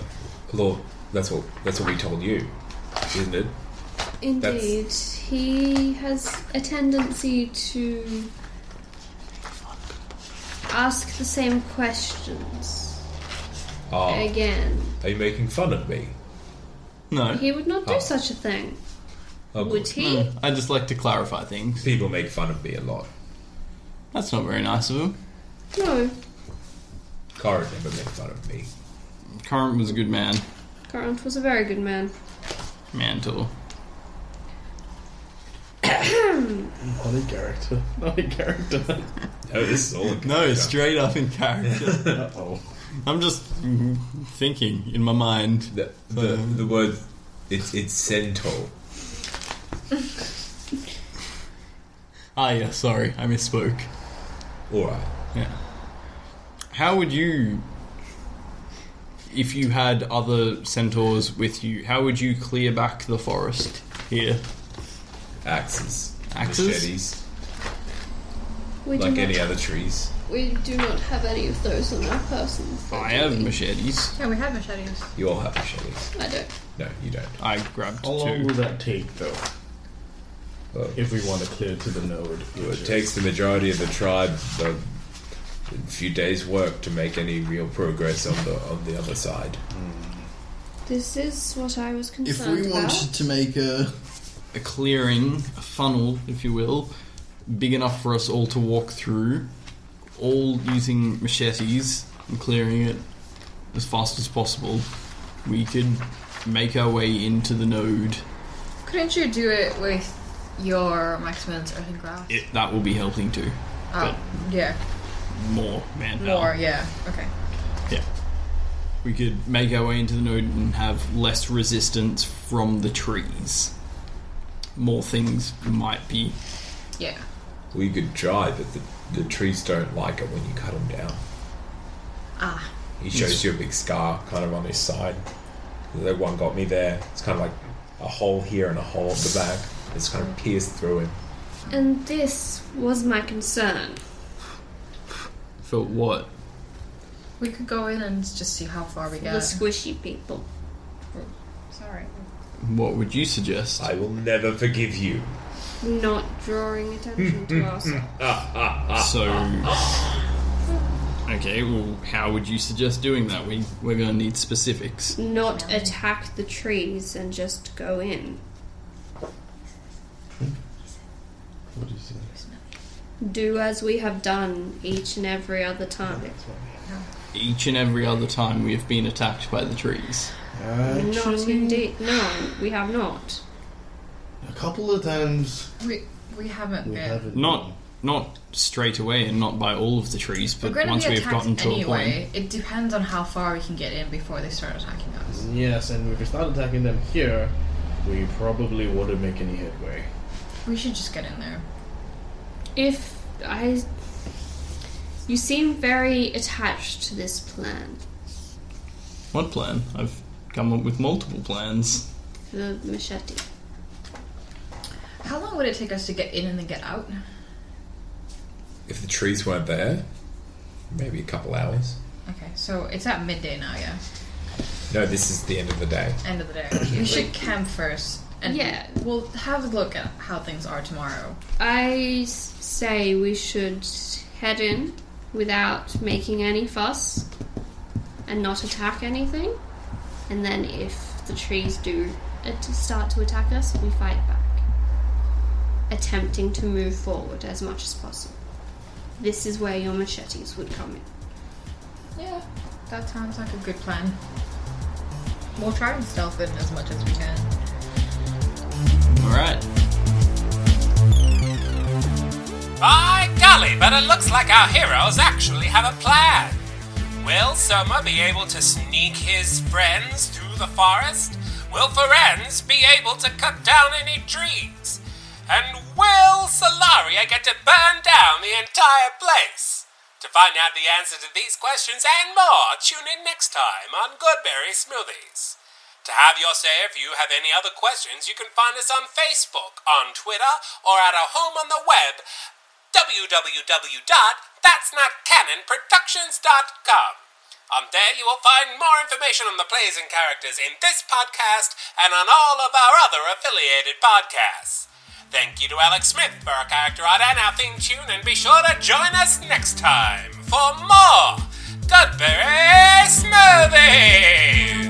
Speaker 5: Lord, that's what that's what we told you, isn't it?
Speaker 7: Indeed, he has a tendency to ask the same questions
Speaker 5: Ah,
Speaker 7: again.
Speaker 5: are you making fun of me?
Speaker 9: No.
Speaker 7: He would not do
Speaker 5: Oh.
Speaker 7: such a thing.
Speaker 5: Oh,
Speaker 7: Would he?
Speaker 9: I just like to clarify things.
Speaker 5: People make fun of me a lot.
Speaker 9: That's not very nice of him.
Speaker 7: No,
Speaker 5: Kara never made fun of me.
Speaker 9: Current was a good man.
Speaker 7: Grant was a very good man.
Speaker 9: Mantle.
Speaker 6: Not in character. Not in character.
Speaker 5: No, this is all. in
Speaker 9: No,
Speaker 5: character.
Speaker 9: straight up in character.
Speaker 6: oh.
Speaker 9: I'm just mm, thinking in my mind.
Speaker 5: The, the,
Speaker 9: Um,
Speaker 5: the word, it's it's centaur.
Speaker 9: Ah, yeah, sorry, I misspoke.
Speaker 5: All right.
Speaker 9: Yeah. How would you, if you had other centaurs with you, how would you clear back the forest here?
Speaker 5: Axes,
Speaker 9: Axes?
Speaker 5: machetes,
Speaker 7: We
Speaker 5: like
Speaker 7: do not,
Speaker 5: any other trees.
Speaker 7: we do not have any of those on our persons. though,
Speaker 9: I
Speaker 7: do
Speaker 9: have
Speaker 7: we?
Speaker 9: machetes.
Speaker 4: Yeah, we have machetes.
Speaker 5: You all have machetes.
Speaker 7: I don't.
Speaker 5: No, you don't.
Speaker 9: I grabbed
Speaker 6: How long
Speaker 9: two.
Speaker 6: will that take, though?
Speaker 5: Oh.
Speaker 6: If we want to clear to the node,
Speaker 5: Well, it takes the majority of the tribe a few days' work to make any real progress on the on the other side.
Speaker 7: This is what I was
Speaker 3: If
Speaker 7: concerned
Speaker 3: we wanted
Speaker 7: about.
Speaker 3: to make a
Speaker 9: A clearing, a funnel, if you will, big enough for us all to walk through, all using machetes and clearing it as fast as possible, we could make our way into the node.
Speaker 4: Couldn't you do it with your Maximilian's Earth and Grass?
Speaker 9: It, that will be helping too.
Speaker 4: oh, yeah.
Speaker 9: More manpower.
Speaker 4: More, yeah. Okay.
Speaker 9: Yeah. We could make our way into the node and have less resistance from the trees. More things might be.
Speaker 4: Yeah.
Speaker 5: We could try, but the, the trees don't like it when you cut them down.
Speaker 4: Ah.
Speaker 5: He shows you a big scar kind of on his side. That one got me there. It's kind of like a hole here and a hole at the back. It's kind of pierced through him.
Speaker 7: And this was my concern.
Speaker 9: For what?
Speaker 4: We could go in and just see how far we
Speaker 7: The
Speaker 4: get.
Speaker 7: squishy people.
Speaker 4: Sorry.
Speaker 9: What would you suggest?
Speaker 5: I will never forgive you.
Speaker 7: Not drawing attention to ourselves.
Speaker 9: so. Okay, well, how would you suggest doing that? We, we're going to need specifics.
Speaker 7: Not attack the trees and just go in.
Speaker 6: What do you say?
Speaker 7: Do as we have done each and every other time.
Speaker 9: Each and every other time we have been attacked by the trees.
Speaker 7: Not indeed. No, we have not.
Speaker 3: a couple of times.
Speaker 4: We we haven't
Speaker 3: We
Speaker 4: been.
Speaker 3: haven't.
Speaker 9: Not not straight away and not by all of the trees,
Speaker 4: We're
Speaker 9: but
Speaker 4: going
Speaker 9: once
Speaker 4: to be
Speaker 9: we've
Speaker 4: attacked
Speaker 9: gotten to a point.
Speaker 4: anyway. It depends on how far we can get in before they start attacking us.
Speaker 6: Yes, and if we start attacking them here, we probably wouldn't make any headway.
Speaker 4: We should just get in there.
Speaker 7: If I. You seem very attached to this plan.
Speaker 9: What plan? I've come up with multiple plans.
Speaker 7: The machete.
Speaker 4: How long would it take us to get in and then get out?
Speaker 5: If the trees weren't there, maybe a couple hours.
Speaker 4: Okay, so it's at midday now, yeah.
Speaker 5: No, this is the end of the day.
Speaker 4: End of the day. we should camp first. And
Speaker 7: Yeah.
Speaker 4: We'll have a look at how things are tomorrow.
Speaker 7: I s- say we should head in without making any fuss and not attack anything. And then if the trees do at- start to attack us, we fight back, attempting to move forward as much as possible. This is where your machetes would come in.
Speaker 4: Yeah, that sounds like a good plan. We'll try and stealth in as much as we can.
Speaker 9: Alright.
Speaker 10: By golly, but it looks like our heroes actually have a plan. Will Soma be able to sneak his friends through the forest? Will Ferenz be able to cut down any trees? And will Solaria get to burn down the entire place? To find out the answer to these questions and more, tune in next time on Goodberry Smoothies. To have your say, if you have any other questions, you can find us on Facebook, on Twitter, or at our home on the web, www.that'snotcanonproductions.com.
Speaker 5: On there, you will find more information on the plays and characters in this podcast and on all of our other affiliated podcasts. Thank you to Alex Smith for our character art and our theme tune, and be sure to join us next time for more Dudberry Smoothies!